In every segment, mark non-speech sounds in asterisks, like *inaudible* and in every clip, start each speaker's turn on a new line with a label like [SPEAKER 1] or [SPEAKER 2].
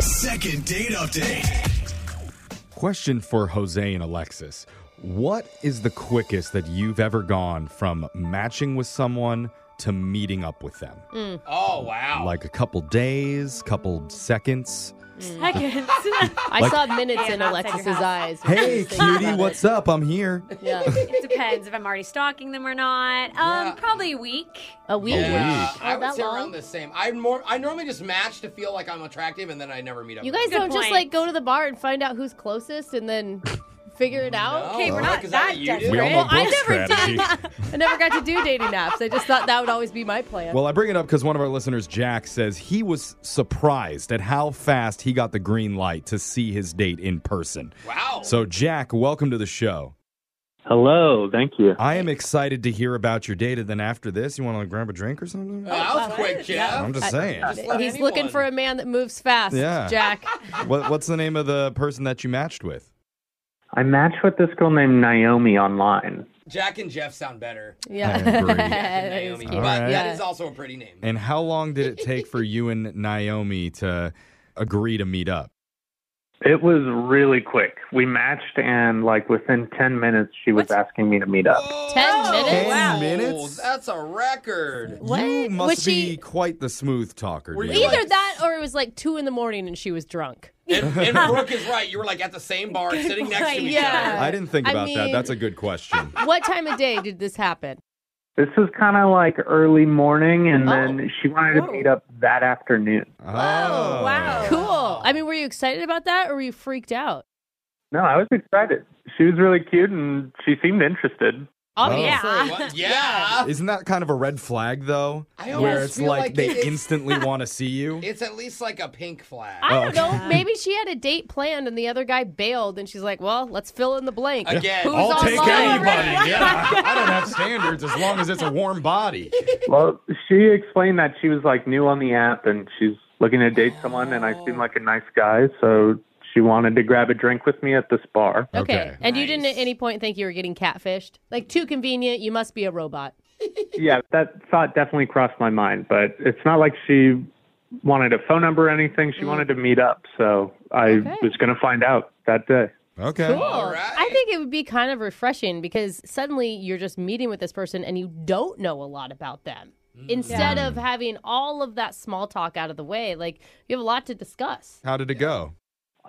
[SPEAKER 1] Second date update.
[SPEAKER 2] Question for Jose and Alexis. What is the quickest that you've ever gone from matching with someone to meeting up with them?
[SPEAKER 3] Mm.
[SPEAKER 4] Oh wow!
[SPEAKER 2] Like a couple days, couple seconds.
[SPEAKER 3] I
[SPEAKER 2] Like-
[SPEAKER 3] saw minutes in
[SPEAKER 5] Yeah, outside your
[SPEAKER 3] Alexis'
[SPEAKER 5] house.
[SPEAKER 3] eyes. when she
[SPEAKER 2] Hey,
[SPEAKER 3] was thinking *laughs*
[SPEAKER 2] cutie,
[SPEAKER 3] about
[SPEAKER 2] what's up? I'm here.
[SPEAKER 3] it. Yeah.
[SPEAKER 5] It depends if I'm already stalking them or not. Um, probably a week.
[SPEAKER 3] A week.
[SPEAKER 2] Yeah.
[SPEAKER 3] Oh,
[SPEAKER 4] I would
[SPEAKER 3] that
[SPEAKER 4] say
[SPEAKER 3] long?
[SPEAKER 4] around the same. I more I normally just match to feel like I'm attractive, and then I never meet up.
[SPEAKER 3] You
[SPEAKER 4] with
[SPEAKER 3] guys
[SPEAKER 5] Good
[SPEAKER 3] don't just
[SPEAKER 5] point.
[SPEAKER 3] like go to the bar and find out who's closest and then *laughs* figure it out.
[SPEAKER 4] No.
[SPEAKER 5] Okay, we're
[SPEAKER 4] Oh,
[SPEAKER 5] not
[SPEAKER 4] is that
[SPEAKER 5] that
[SPEAKER 4] what you do?
[SPEAKER 5] desperate.
[SPEAKER 2] We all know
[SPEAKER 3] Well, I
[SPEAKER 2] Brooke's
[SPEAKER 3] never
[SPEAKER 2] strategy.
[SPEAKER 3] *laughs* I never got to do dating apps. I just thought that would always be my plan.
[SPEAKER 2] Well, I bring it up because one of our listeners, Jack, says he was surprised at how fast he got the green light to see his date in person.
[SPEAKER 4] them. Wow.
[SPEAKER 2] So, Jack, welcome to the show.
[SPEAKER 6] Hello, thank you.
[SPEAKER 2] I am excited to hear about your date. And then after this, you want to grab a drink or something?
[SPEAKER 4] Oh, that was quick, Jeff.
[SPEAKER 2] I'm just saying.
[SPEAKER 4] Just let
[SPEAKER 3] He's
[SPEAKER 4] anyone.
[SPEAKER 3] looking for a man that moves fast,
[SPEAKER 2] Yeah.
[SPEAKER 3] Jack.
[SPEAKER 2] What, what's the name of the person that you matched with?
[SPEAKER 6] I matched with this girl named Naomi online.
[SPEAKER 4] Jack and Jeff sound better.
[SPEAKER 3] Yeah. *laughs*
[SPEAKER 2] I agree.
[SPEAKER 4] Jack and
[SPEAKER 3] That is
[SPEAKER 4] Naomi,
[SPEAKER 3] cute.
[SPEAKER 4] but
[SPEAKER 2] Alright.
[SPEAKER 4] that is also a pretty name.
[SPEAKER 2] And how long did it take for you and Naomi to agree to meet up?
[SPEAKER 6] It was really quick. We matched, and like within 10 minutes, she was asking me to meet up.
[SPEAKER 4] Whoa,
[SPEAKER 3] 10 minutes?
[SPEAKER 2] Ten minutes?
[SPEAKER 4] Oh, That's a
[SPEAKER 2] *laughs*
[SPEAKER 4] record.
[SPEAKER 3] What?
[SPEAKER 2] You must
[SPEAKER 3] Was
[SPEAKER 2] be
[SPEAKER 3] she-
[SPEAKER 2] quite the smooth talker.
[SPEAKER 4] Were
[SPEAKER 2] dude.
[SPEAKER 4] you
[SPEAKER 3] Either that or it was like two in the morning and she was drunk.
[SPEAKER 4] And, and Brooke is right. You were like at the same bar, sitting next to
[SPEAKER 5] point.
[SPEAKER 4] each
[SPEAKER 3] Yeah.
[SPEAKER 2] I didn't think
[SPEAKER 3] I
[SPEAKER 2] about that.
[SPEAKER 3] mean-
[SPEAKER 2] That's a
[SPEAKER 3] *laughs*
[SPEAKER 2] good question.
[SPEAKER 3] What time of day did this happen?
[SPEAKER 6] This was kind of like early morning, and
[SPEAKER 3] Oh.
[SPEAKER 6] then she wanted
[SPEAKER 3] Whoa.
[SPEAKER 6] to meet up that afternoon.
[SPEAKER 2] Oh,
[SPEAKER 5] wow.
[SPEAKER 3] Cool. I mean, were you excited about that or were you freaked out?
[SPEAKER 6] No, I was excited. She was really cute, and she seemed interested.
[SPEAKER 3] Obviously.
[SPEAKER 4] other. What? Yeah.
[SPEAKER 2] Oh. Isn't that kind of a red flag though?
[SPEAKER 4] I
[SPEAKER 2] Where
[SPEAKER 4] almost
[SPEAKER 2] it's
[SPEAKER 4] feel
[SPEAKER 2] like,
[SPEAKER 4] like
[SPEAKER 2] they
[SPEAKER 4] it-
[SPEAKER 2] instantly want to see you.
[SPEAKER 4] It's at least like a pink flag.
[SPEAKER 3] I don't
[SPEAKER 2] Oh.
[SPEAKER 3] know. Maybe she had a date planned and the other guy bailed, and she's like, "Well, let's fill in the blank."
[SPEAKER 4] Again.
[SPEAKER 3] who's
[SPEAKER 4] I'll
[SPEAKER 3] online?
[SPEAKER 4] take anybody.
[SPEAKER 2] Yeah, I don't have standards as long as it's a warm body.
[SPEAKER 6] Well, she explained that she was like new on the app, and she's looking to date someone, and I seemed like a nice guy, so she wanted to grab a drink with me at this bar.
[SPEAKER 3] Okay.
[SPEAKER 2] Okay.
[SPEAKER 3] And you didn't at any point think you were getting catfished? Like too convenient. You must be a robot.
[SPEAKER 6] Yeah, that thought definitely crossed my mind, but it's not like she wanted a phone number or anything. She wanted to meet up, so I
[SPEAKER 3] Okay.
[SPEAKER 6] was going to find out that day.
[SPEAKER 2] Okay.
[SPEAKER 3] Cool.
[SPEAKER 4] right.
[SPEAKER 3] I think it would be kind of refreshing because suddenly you're just meeting with this person and you don't know a lot about them.
[SPEAKER 4] Mm.
[SPEAKER 3] Instead of having all of that small talk out of the way, like you have a lot to discuss.
[SPEAKER 2] How did it go?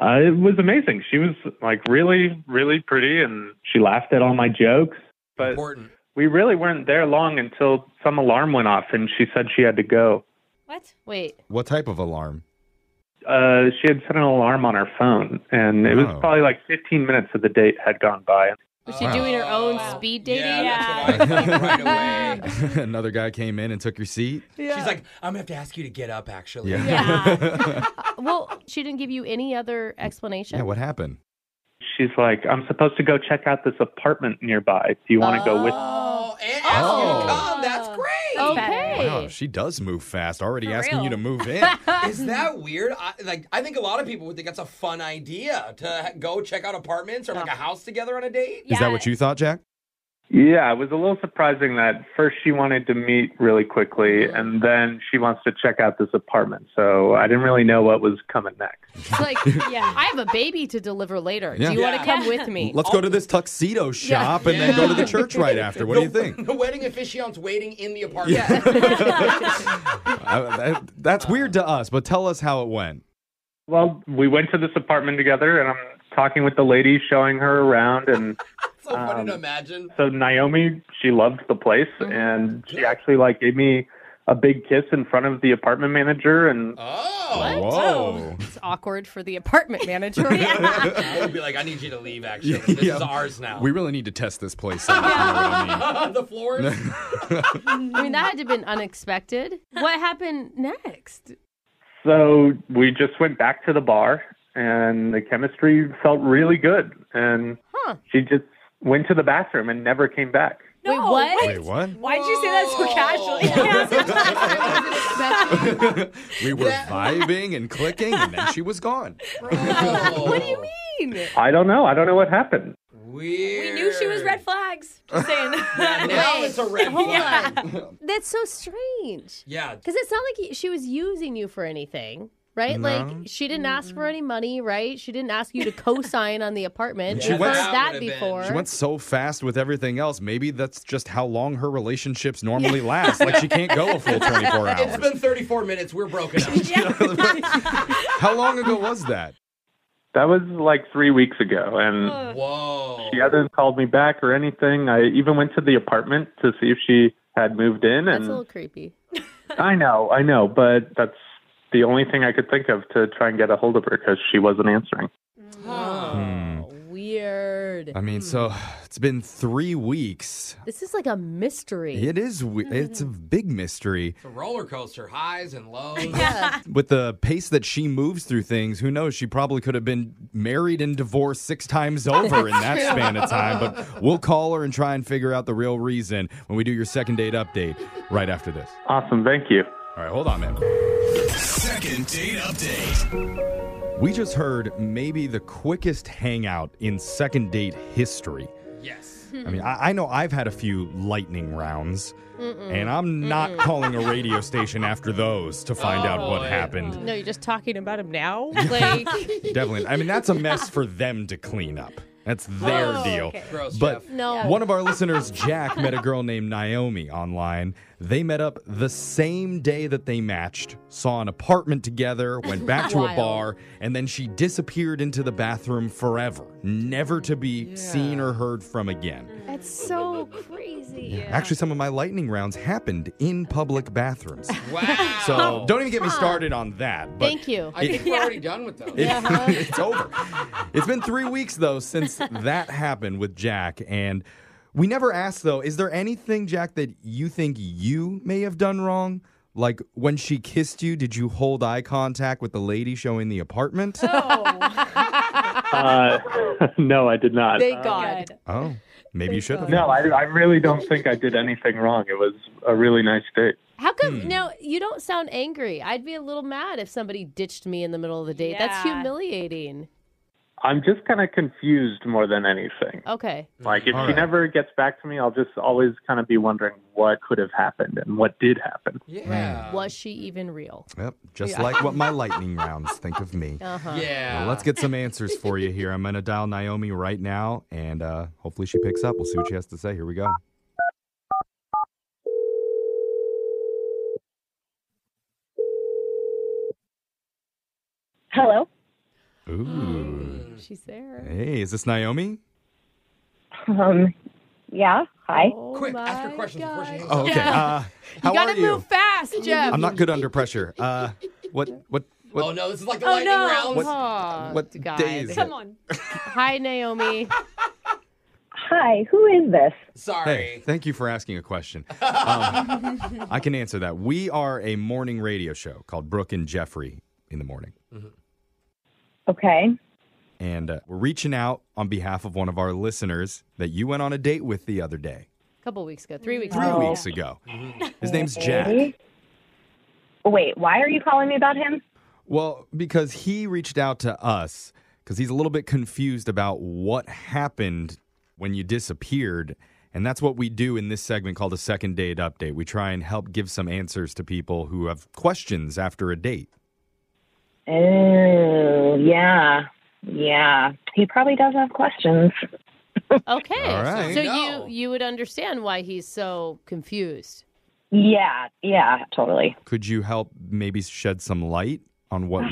[SPEAKER 6] Uh, it was amazing. She was like really, really pretty, and she laughed at all my jokes. But
[SPEAKER 4] Important.
[SPEAKER 6] we really weren't there long until some alarm went off, and she said she had to go.
[SPEAKER 5] What?
[SPEAKER 3] Wait,
[SPEAKER 2] What type of alarm? *laughs*
[SPEAKER 6] Uh, she had set an alarm on her phone, and it was
[SPEAKER 2] Oh.
[SPEAKER 6] probably like 15 minutes of the date had gone by.
[SPEAKER 3] was she doing her own speed dating?
[SPEAKER 4] Oh. Yeah,
[SPEAKER 5] Yeah.
[SPEAKER 3] *laughs*
[SPEAKER 4] that's what I thought right away.
[SPEAKER 2] Another guy came in and took your seat.
[SPEAKER 4] She's like, I'm gonna have to ask you to get up. Actually, *laughs*
[SPEAKER 5] Yeah.
[SPEAKER 3] Well, she didn't give you any other explanation.
[SPEAKER 2] Yeah, what happened?
[SPEAKER 6] She's like, I'm supposed to go check out this apartment nearby. Do you want to go with
[SPEAKER 4] Oh, and ask you to come. That's great.
[SPEAKER 5] that's better.
[SPEAKER 2] Wow, she does move fast. Already
[SPEAKER 5] For
[SPEAKER 2] asking you
[SPEAKER 5] real.
[SPEAKER 2] to move in.
[SPEAKER 4] Is that weird? I, like, I think a lot of people would think that's a fun idea to go check out apartments or like a house together on a date.
[SPEAKER 2] Is that what you thought, Jack?
[SPEAKER 6] Yeah, it was a little surprising that first she wanted to meet really quickly and then she wants to check out this apartment. So I didn't really know what was coming next.
[SPEAKER 3] It's like,
[SPEAKER 2] *laughs*
[SPEAKER 3] I have a baby to deliver later.
[SPEAKER 2] Yeah.
[SPEAKER 3] Do you want to
[SPEAKER 4] Yeah.
[SPEAKER 3] come with me?
[SPEAKER 2] Let's go to this tuxedo shop and then go to the church right after. What do you
[SPEAKER 4] *laughs*
[SPEAKER 2] think? *laughs*
[SPEAKER 4] The wedding officiant's waiting in the apartment. *laughs*
[SPEAKER 2] Uh, that- that's weird to us, but tell us how it went.
[SPEAKER 6] Well, we went to this apartment together and I'm talking with the lady, showing her around. And
[SPEAKER 4] so funny to imagine.
[SPEAKER 6] so Naomi, she loved the place
[SPEAKER 3] Mm-hmm.
[SPEAKER 6] and she actually like gave me a big kiss in front of the apartment manager and
[SPEAKER 4] Oh.
[SPEAKER 2] Whoa.
[SPEAKER 3] It's awkward for the apartment manager. *laughs*
[SPEAKER 4] *laughs* I would be like, I need you to leave, actually. This
[SPEAKER 2] Yeah.
[SPEAKER 4] is ours now.
[SPEAKER 2] We really need to test this place. out, if you know what I mean.
[SPEAKER 4] *laughs* the floors?
[SPEAKER 3] I mean, that had to have been unexpected. What happened next?
[SPEAKER 6] So we just went back to the bar, and the chemistry felt really good. And she just went to the bathroom and never came back.
[SPEAKER 3] Wait, what?
[SPEAKER 2] Wait, what?
[SPEAKER 5] Why'd you say that so
[SPEAKER 3] *laughs*
[SPEAKER 5] casually?
[SPEAKER 2] *laughs* We were vibing and clicking, and then she was gone.
[SPEAKER 4] what do you mean?
[SPEAKER 6] I don't know. I don't know what happened.
[SPEAKER 4] Weird.
[SPEAKER 5] We knew she was red
[SPEAKER 2] *laughs*
[SPEAKER 5] flags. Just saying.
[SPEAKER 4] Now it's a red
[SPEAKER 3] Hold
[SPEAKER 4] flag.
[SPEAKER 3] on. That's so strange.
[SPEAKER 4] Yeah.
[SPEAKER 3] Because it's not like she was using you for anything, right? Like, she didn't ask for any money, right? She didn't ask you to co sign on the apartment.
[SPEAKER 2] She
[SPEAKER 3] We've
[SPEAKER 2] went-
[SPEAKER 3] heard that
[SPEAKER 4] That would've been-
[SPEAKER 3] before.
[SPEAKER 2] She went so fast with everything else. Maybe that's just how long her relationships normally last. Like she can't go a full 24
[SPEAKER 4] It's
[SPEAKER 2] hours.
[SPEAKER 4] been 34 minutes. We're broken
[SPEAKER 3] *laughs*
[SPEAKER 4] up.
[SPEAKER 2] *laughs* How long ago was that?
[SPEAKER 6] That was like three weeks ago, and
[SPEAKER 4] Whoa.
[SPEAKER 6] she hasn't called me back or anything. I even went to the apartment to see if she had moved in,
[SPEAKER 3] That's a little
[SPEAKER 6] and
[SPEAKER 3] creepy.
[SPEAKER 6] I know, I know, but that's the only thing I could think of to try and get a hold of her because she wasn't answering.
[SPEAKER 2] Hmm.
[SPEAKER 3] Oh, weird.
[SPEAKER 2] I mean, so it's been three weeks.
[SPEAKER 3] This is like a mystery.
[SPEAKER 2] It is. we- It's a big mystery.
[SPEAKER 4] It's a roller coaster, highs and
[SPEAKER 3] *laughs*
[SPEAKER 4] lows.
[SPEAKER 2] With the pace that she moves through things, who knows? She probably could have been married and divorced six times over in that span of time. But we'll call her and try and figure out the real reason when we do your second date update right after this.
[SPEAKER 6] Awesome, thank you.
[SPEAKER 2] All right, hold on, man.
[SPEAKER 1] Second date update.
[SPEAKER 2] We just heard maybe the quickest hangout in second date history.
[SPEAKER 4] Yes.
[SPEAKER 2] I mean, I, I know I've had a few lightning rounds, and I'm not calling a radio station after those to find out what
[SPEAKER 4] boy.
[SPEAKER 2] happened.
[SPEAKER 3] No, you're just talking about him now? Like,
[SPEAKER 2] Definitely. I mean, that's a mess for them to clean up. That's their deal.
[SPEAKER 4] Gross,
[SPEAKER 2] But
[SPEAKER 4] Jeff.
[SPEAKER 3] no.
[SPEAKER 2] one of our listeners, Jack, met a girl named Naomi online. They met up the same day that they matched, saw an apartment together, went back to a
[SPEAKER 3] Wild.
[SPEAKER 2] bar, and then she disappeared into the bathroom forever, never to be seen or heard from again.
[SPEAKER 3] That's so crazy.
[SPEAKER 2] Actually, some of my lightning rounds happened in public bathrooms. *laughs*
[SPEAKER 4] Wow.
[SPEAKER 2] So don't even get me started on that. But
[SPEAKER 3] Thank you.
[SPEAKER 4] I think we're already done with those.
[SPEAKER 2] it- *laughs* it's over. It's been three weeks though since that happened with Jack, and we never asked though. Is there anything, Jack, that you think you may have done wrong? Like when she kissed you, did you hold eye contact with the lady showing the apartment?
[SPEAKER 6] Uh, *laughs* no, I did not.
[SPEAKER 3] Thank God.
[SPEAKER 2] oh, maybe you should have.
[SPEAKER 6] No, I, I really don't think I did anything wrong. It was a really nice date.
[SPEAKER 3] How
[SPEAKER 2] Hmm.
[SPEAKER 3] come? No, you don't sound angry. I'd be a little mad if somebody ditched me in the middle of the date. That's
[SPEAKER 5] Yeah.
[SPEAKER 3] humiliating.
[SPEAKER 6] I'm just kind of confused more than anything.
[SPEAKER 3] Okay.
[SPEAKER 6] Like if
[SPEAKER 2] All
[SPEAKER 6] she
[SPEAKER 2] right.
[SPEAKER 6] never gets back to me, I'll just always kind of be wondering what could have happened and what did happen.
[SPEAKER 2] Um,
[SPEAKER 4] Yeah.
[SPEAKER 3] Was she even real?
[SPEAKER 2] Yep, just like what my lightning rounds think of me.
[SPEAKER 4] Yeah.
[SPEAKER 2] Well, let's get some answers for you here. I'm going to dial Naomi right now, and uh, hopefully she picks up. We'll see what she has to say. Here we go.
[SPEAKER 7] Hello.
[SPEAKER 2] Ooh.
[SPEAKER 3] She's there.
[SPEAKER 2] Hey, is this Naomi?
[SPEAKER 7] Um, yeah. Hi.
[SPEAKER 3] Oh
[SPEAKER 4] Quick,
[SPEAKER 3] my
[SPEAKER 4] ask her questions before she hangs
[SPEAKER 2] Oh,
[SPEAKER 4] up.
[SPEAKER 2] okay. Uh, how
[SPEAKER 3] You gotta
[SPEAKER 2] are you?
[SPEAKER 3] move fast, Jeff.
[SPEAKER 2] I'm not good under pressure. Uh, what? What? What?
[SPEAKER 4] Oh, no, this is like the
[SPEAKER 5] Oh,
[SPEAKER 4] lightning
[SPEAKER 5] no.
[SPEAKER 4] round.
[SPEAKER 2] What-
[SPEAKER 3] Oh,
[SPEAKER 2] what
[SPEAKER 3] God.
[SPEAKER 2] day is it?
[SPEAKER 5] Come on.
[SPEAKER 3] Hi,
[SPEAKER 2] *laughs*
[SPEAKER 3] Naomi.
[SPEAKER 7] Hi. Who is this?
[SPEAKER 4] Sorry.
[SPEAKER 2] Hey, thank you for asking a question. Um, I can answer that. We are a morning radio show called Brooke and Jeffrey in the morning.
[SPEAKER 7] Okay.
[SPEAKER 2] And uh, we're reaching out on behalf of one of our listeners that you went on a date with the other day.
[SPEAKER 3] A couple weeks ago, three weeks
[SPEAKER 2] Three
[SPEAKER 3] ago.
[SPEAKER 2] weeks ago. His name's Jack.
[SPEAKER 6] Wait, why are you calling me about him?
[SPEAKER 2] Well, because he reached out to us because he's a little bit confused about what happened when you disappeared. And that's what we do in this segment called a second date update. We try and help give some answers to people who have questions after a date.
[SPEAKER 6] Oh, yeah. Yeah. He probably does have questions.
[SPEAKER 3] Okay.
[SPEAKER 6] All right.
[SPEAKER 3] So
[SPEAKER 6] No.
[SPEAKER 3] you you would understand why he's so confused.
[SPEAKER 6] Yeah. Yeah, totally.
[SPEAKER 2] Could you help maybe shed some light on what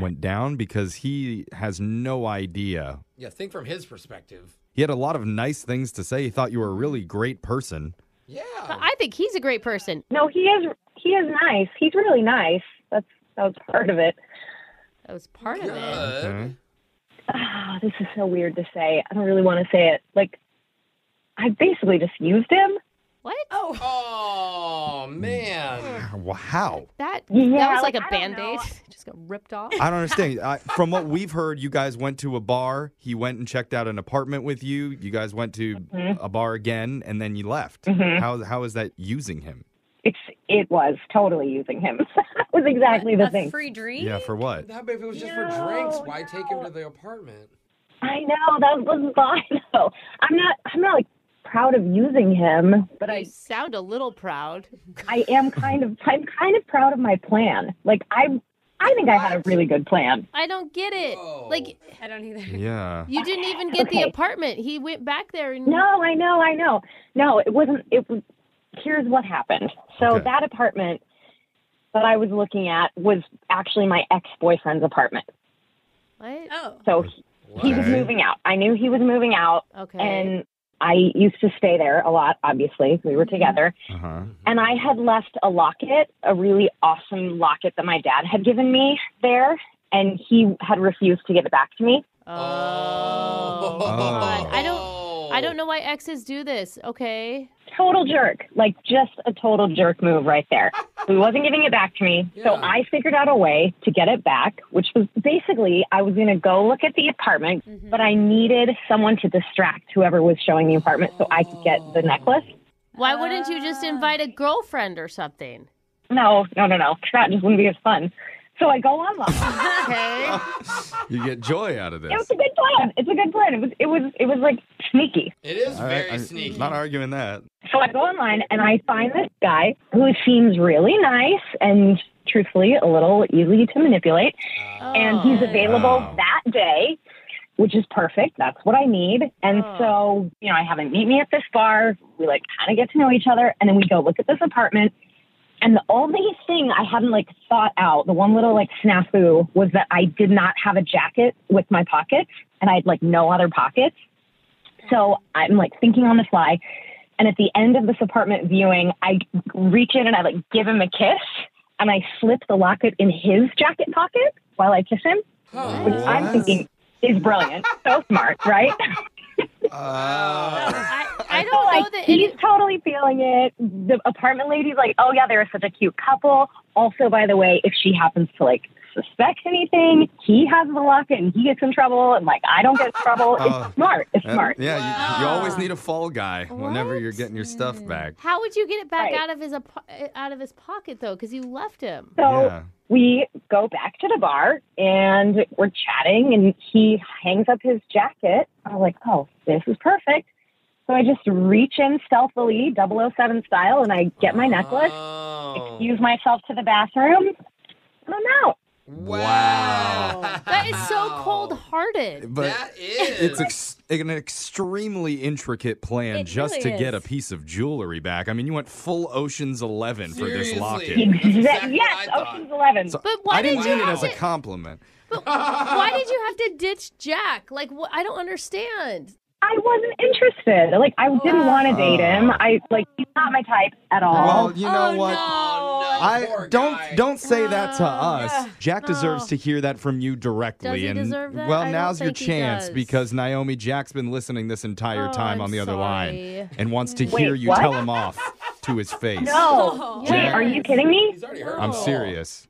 [SPEAKER 2] went down? Because he has no idea.
[SPEAKER 4] Yeah, think from his perspective.
[SPEAKER 2] He had a lot of nice things to say. He thought you were a really great person. Oh.
[SPEAKER 3] But I think he's a great person.
[SPEAKER 6] No, he is he is nice. He's really nice. That's that was part of it.
[SPEAKER 3] That was part of it.
[SPEAKER 2] Okay.
[SPEAKER 6] Ah, this is so weird to say. I don't really want to say it. Like I basically just used him.
[SPEAKER 3] What?
[SPEAKER 4] Oh.
[SPEAKER 2] Hmm.
[SPEAKER 4] man.
[SPEAKER 2] Wow. How?
[SPEAKER 3] That that
[SPEAKER 6] Yeah,
[SPEAKER 3] was like,
[SPEAKER 6] like,
[SPEAKER 3] a
[SPEAKER 6] I don't
[SPEAKER 3] band aid. *laughs* Just got ripped off.
[SPEAKER 2] *laughs* I don't understand. I, from what we've heard, you guys went to a bar. He went and checked out an apartment with you. You guys went to
[SPEAKER 6] Mhm.
[SPEAKER 2] a bar again, and then you left.
[SPEAKER 6] Mhm.
[SPEAKER 2] How how is that using him?
[SPEAKER 6] It's it was totally using him. *laughs* it was exactly the thing.
[SPEAKER 8] free drink?
[SPEAKER 2] Yeah, for what?
[SPEAKER 4] That but if it was just for drinks, why take him to the apartment?
[SPEAKER 6] I know that was fine though. I'm not I'm not like proud of using him, but I
[SPEAKER 3] sound a little proud.
[SPEAKER 6] I am kind of I'm kind of proud of my plan. Like I I think I had a really good plan.
[SPEAKER 3] I don't get it. Like
[SPEAKER 8] I don't either.
[SPEAKER 2] Yeah.
[SPEAKER 3] You didn't even get the
[SPEAKER 6] Okay.
[SPEAKER 3] apartment. He went back there and
[SPEAKER 6] No, I know, I know. No, it wasn't it was here's what happened. So
[SPEAKER 3] Okay.
[SPEAKER 6] that apartment that I was looking at was actually my ex-boyfriend's apartment.
[SPEAKER 3] What?
[SPEAKER 8] Oh.
[SPEAKER 6] So he, he was
[SPEAKER 8] Okay.
[SPEAKER 6] moving out. I knew he was moving out.
[SPEAKER 3] Okay.
[SPEAKER 6] And I used to stay there a lot, obviously. We were together.
[SPEAKER 2] Uh-huh.
[SPEAKER 6] And I had left a locket, a really awesome locket that my dad had given me there. And he had refused to give it back to me.
[SPEAKER 3] Oh, God. I don't I don't know why exes do this. Okay.
[SPEAKER 6] Total jerk. Like, just a total jerk move right there. So he wasn't giving it back to me. So I figured out a way to get it back, which was basically I was going to go look at the apartment, but I needed someone to distract whoever was showing the apartment so I could get the necklace.
[SPEAKER 3] Why wouldn't you just invite a girlfriend or something?
[SPEAKER 6] No, no, no, *laughs* no. That just wouldn't be as fun. So I go online.
[SPEAKER 3] Okay.
[SPEAKER 2] You get joy out of
[SPEAKER 6] It was
[SPEAKER 2] this.
[SPEAKER 6] a good plan. It's a good plan. It was it was it was like sneaky.
[SPEAKER 4] It is
[SPEAKER 2] All right, I'm Not arguing that.
[SPEAKER 6] So I go online and I find this guy who seems really nice and truthfully a little easy to manipulate. And he's available
[SPEAKER 9] Oh.
[SPEAKER 6] that day, which is perfect. That's what I need. And so, you know, I have him meet me at this bar. We like kind of get to know each other and then we go look at this apartment. And the only thing I hadn't like thought out, the one little like snafu was that I did not have a jacket with my pockets and I had like no other pockets. So I'm like thinking on the fly. And at the end of this apartment viewing, I reach in and I like give him a kiss and I slip the locket in his jacket pocket while I kiss him, which I'm thinking is brilliant. so smart, right?
[SPEAKER 2] Uh,
[SPEAKER 6] *laughs*
[SPEAKER 3] *laughs* I
[SPEAKER 6] don't like,
[SPEAKER 3] know that
[SPEAKER 6] he's totally feeling it. The apartment lady's like, "Oh yeah, they're such a cute couple." Also, by the way, if she happens to like suspect anything, he has the locket and he gets in trouble, and like I don't get in trouble.
[SPEAKER 2] Oh.
[SPEAKER 6] it's smart. It's
[SPEAKER 2] Uh,
[SPEAKER 6] smart.
[SPEAKER 2] Yeah, you, you always need a fall guy whenever you're getting your stuff back.
[SPEAKER 3] How would you get it back out of his apo- eh, out of his pocket though cuz you left him?
[SPEAKER 6] So we go back to the bar and we're chatting, and he hangs up his jacket. I'm like, oh, this is perfect. So I just reach in stealthily, 007 style, and I get my necklace, excuse myself to the bathroom, and I'm out.
[SPEAKER 2] Wow.
[SPEAKER 3] *laughs* That is so cold-hearted.
[SPEAKER 2] But it's ex- an extremely intricate plan
[SPEAKER 3] It
[SPEAKER 2] just
[SPEAKER 3] really
[SPEAKER 2] to get a
[SPEAKER 3] is.
[SPEAKER 2] piece of jewelry back. I mean, you went full Ocean's Eleven for this
[SPEAKER 3] *laughs*
[SPEAKER 2] locket.
[SPEAKER 6] yes, Ocean's Eleven.
[SPEAKER 2] So
[SPEAKER 3] But why
[SPEAKER 2] I didn't
[SPEAKER 3] did you
[SPEAKER 2] mean it
[SPEAKER 3] have
[SPEAKER 2] as a
[SPEAKER 3] to-
[SPEAKER 2] compliment.
[SPEAKER 3] But why did you have to ditch Jack? Like wh- I don't understand.
[SPEAKER 6] I wasn't interested. Like I didn't want to date him. I like he's not my type at all.
[SPEAKER 2] Well, you
[SPEAKER 3] Oh,
[SPEAKER 2] know what? I don't don't say that to us. Jack deserves to hear that from you directly.
[SPEAKER 3] Oh. Does he
[SPEAKER 2] and
[SPEAKER 3] deserve that?
[SPEAKER 2] well,
[SPEAKER 3] I don't
[SPEAKER 2] now's your
[SPEAKER 3] think he
[SPEAKER 2] chance
[SPEAKER 3] does.
[SPEAKER 2] because Naomi Jack's been listening this entire
[SPEAKER 3] Oh,
[SPEAKER 2] time
[SPEAKER 3] I'm
[SPEAKER 2] on the other line
[SPEAKER 3] sorry.
[SPEAKER 2] and wants to
[SPEAKER 6] Wait,
[SPEAKER 2] hear you
[SPEAKER 6] what?
[SPEAKER 2] tell him off to his face.
[SPEAKER 3] Oh.
[SPEAKER 6] No. Wait,
[SPEAKER 2] Jack-
[SPEAKER 6] are you kidding me?
[SPEAKER 2] I'm serious.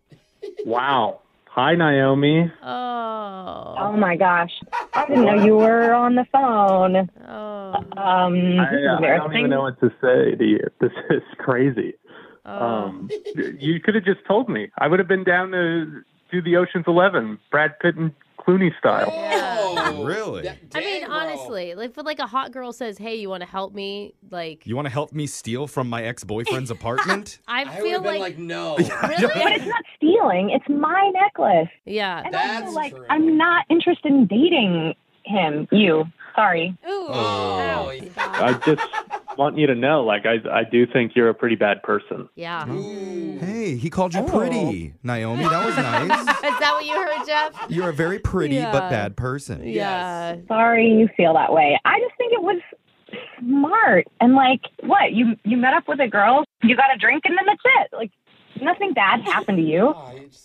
[SPEAKER 10] Wow. Hi, Naomi.
[SPEAKER 3] Oh. Um,
[SPEAKER 6] Oh my gosh. I didn't know you were on the phone.
[SPEAKER 3] Oh.
[SPEAKER 7] Um, this
[SPEAKER 6] I,
[SPEAKER 7] is
[SPEAKER 6] I don't
[SPEAKER 7] embarrassing.
[SPEAKER 6] even know what to say to you. *laughs* This is crazy. Um, you could have just told me. I would have been down to do the Ocean's Eleven, Brad Pitt and Clooney style.
[SPEAKER 2] really?
[SPEAKER 3] I mean, honestly, like, if like a hot girl says, "Hey, you want to help me?" Like,
[SPEAKER 2] You want to help me steal from my
[SPEAKER 3] *laughs*
[SPEAKER 2] ex boyfriend's apartment?
[SPEAKER 3] I
[SPEAKER 4] I would
[SPEAKER 3] feel
[SPEAKER 4] have
[SPEAKER 3] like, *laughs*
[SPEAKER 4] been like, no.
[SPEAKER 2] *laughs*
[SPEAKER 7] But it's not stealing. It's my necklace.
[SPEAKER 3] yeah,
[SPEAKER 7] And also, like, I'm not interested in dating him. You. Sorry.
[SPEAKER 3] Ooh.
[SPEAKER 6] Oh. I just want you to know, like, I, I do think you're a pretty bad person.
[SPEAKER 3] yeah.
[SPEAKER 2] Hey, he called you pretty, Naomi. That was
[SPEAKER 3] *laughs*
[SPEAKER 2] nice.
[SPEAKER 3] Is that what you heard, Jeff?
[SPEAKER 2] You're a very pretty but
[SPEAKER 7] Yeah.
[SPEAKER 2] bad person.
[SPEAKER 3] Yeah.
[SPEAKER 7] Sorry you feel that way. I just think it was smart. And like, what? You you met up with a girl, you got a drink, and then that's it. Like, nothing bad happened to you.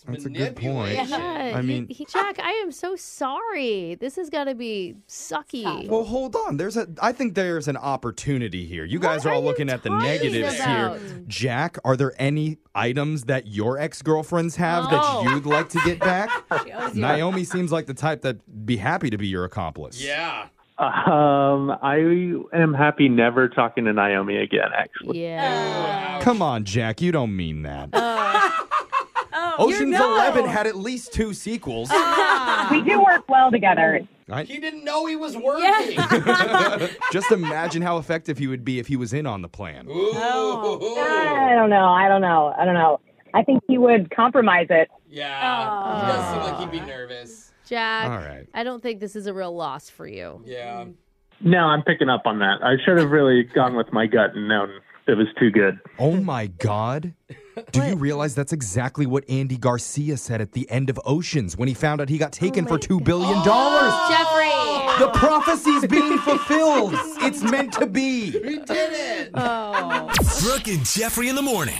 [SPEAKER 2] That's a good point.
[SPEAKER 3] Yeah.
[SPEAKER 2] I mean,
[SPEAKER 3] he, he- Jack, I am so sorry. This has got to be sucky.
[SPEAKER 2] well, hold on. There's a. I think there's an opportunity here. You guys are all looking at the negatives
[SPEAKER 3] about?
[SPEAKER 2] here. Jack, are there any items that your ex girlfriends have
[SPEAKER 3] No.
[SPEAKER 2] that you'd like to get back?
[SPEAKER 3] owes you.
[SPEAKER 2] Naomi seems like the type that'd be happy to be your accomplice.
[SPEAKER 4] Yeah.
[SPEAKER 6] Um, I am happy never talking to Naomi again, actually.
[SPEAKER 3] Yeah.
[SPEAKER 2] Come on, Jack. You don't mean that.
[SPEAKER 3] you
[SPEAKER 2] Ocean's
[SPEAKER 3] know.
[SPEAKER 2] Eleven had at least two sequels.
[SPEAKER 7] We do work well together.
[SPEAKER 2] I-
[SPEAKER 4] He didn't know he was working.
[SPEAKER 2] *laughs* Just imagine how effective he would be if he was in on the plan.
[SPEAKER 7] I don't know. I don't know. I don't know. I think he would compromise it.
[SPEAKER 4] Yeah. He does seem like he'd be nervous.
[SPEAKER 3] Jack,
[SPEAKER 6] All right.
[SPEAKER 3] I don't think this is a real loss for you.
[SPEAKER 4] Yeah.
[SPEAKER 6] No, I'm picking up on that. I should have really gone with my gut and known it was too good.
[SPEAKER 2] Oh my God. Do you realize that's exactly what Andy Garcia said at the end of Oceans when he found out he got taken for $2 billion?
[SPEAKER 3] Jeffrey.
[SPEAKER 2] The prophecy's being fulfilled. It's meant to be.
[SPEAKER 1] Brooke and Jeffrey in the morning.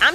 [SPEAKER 11] I'm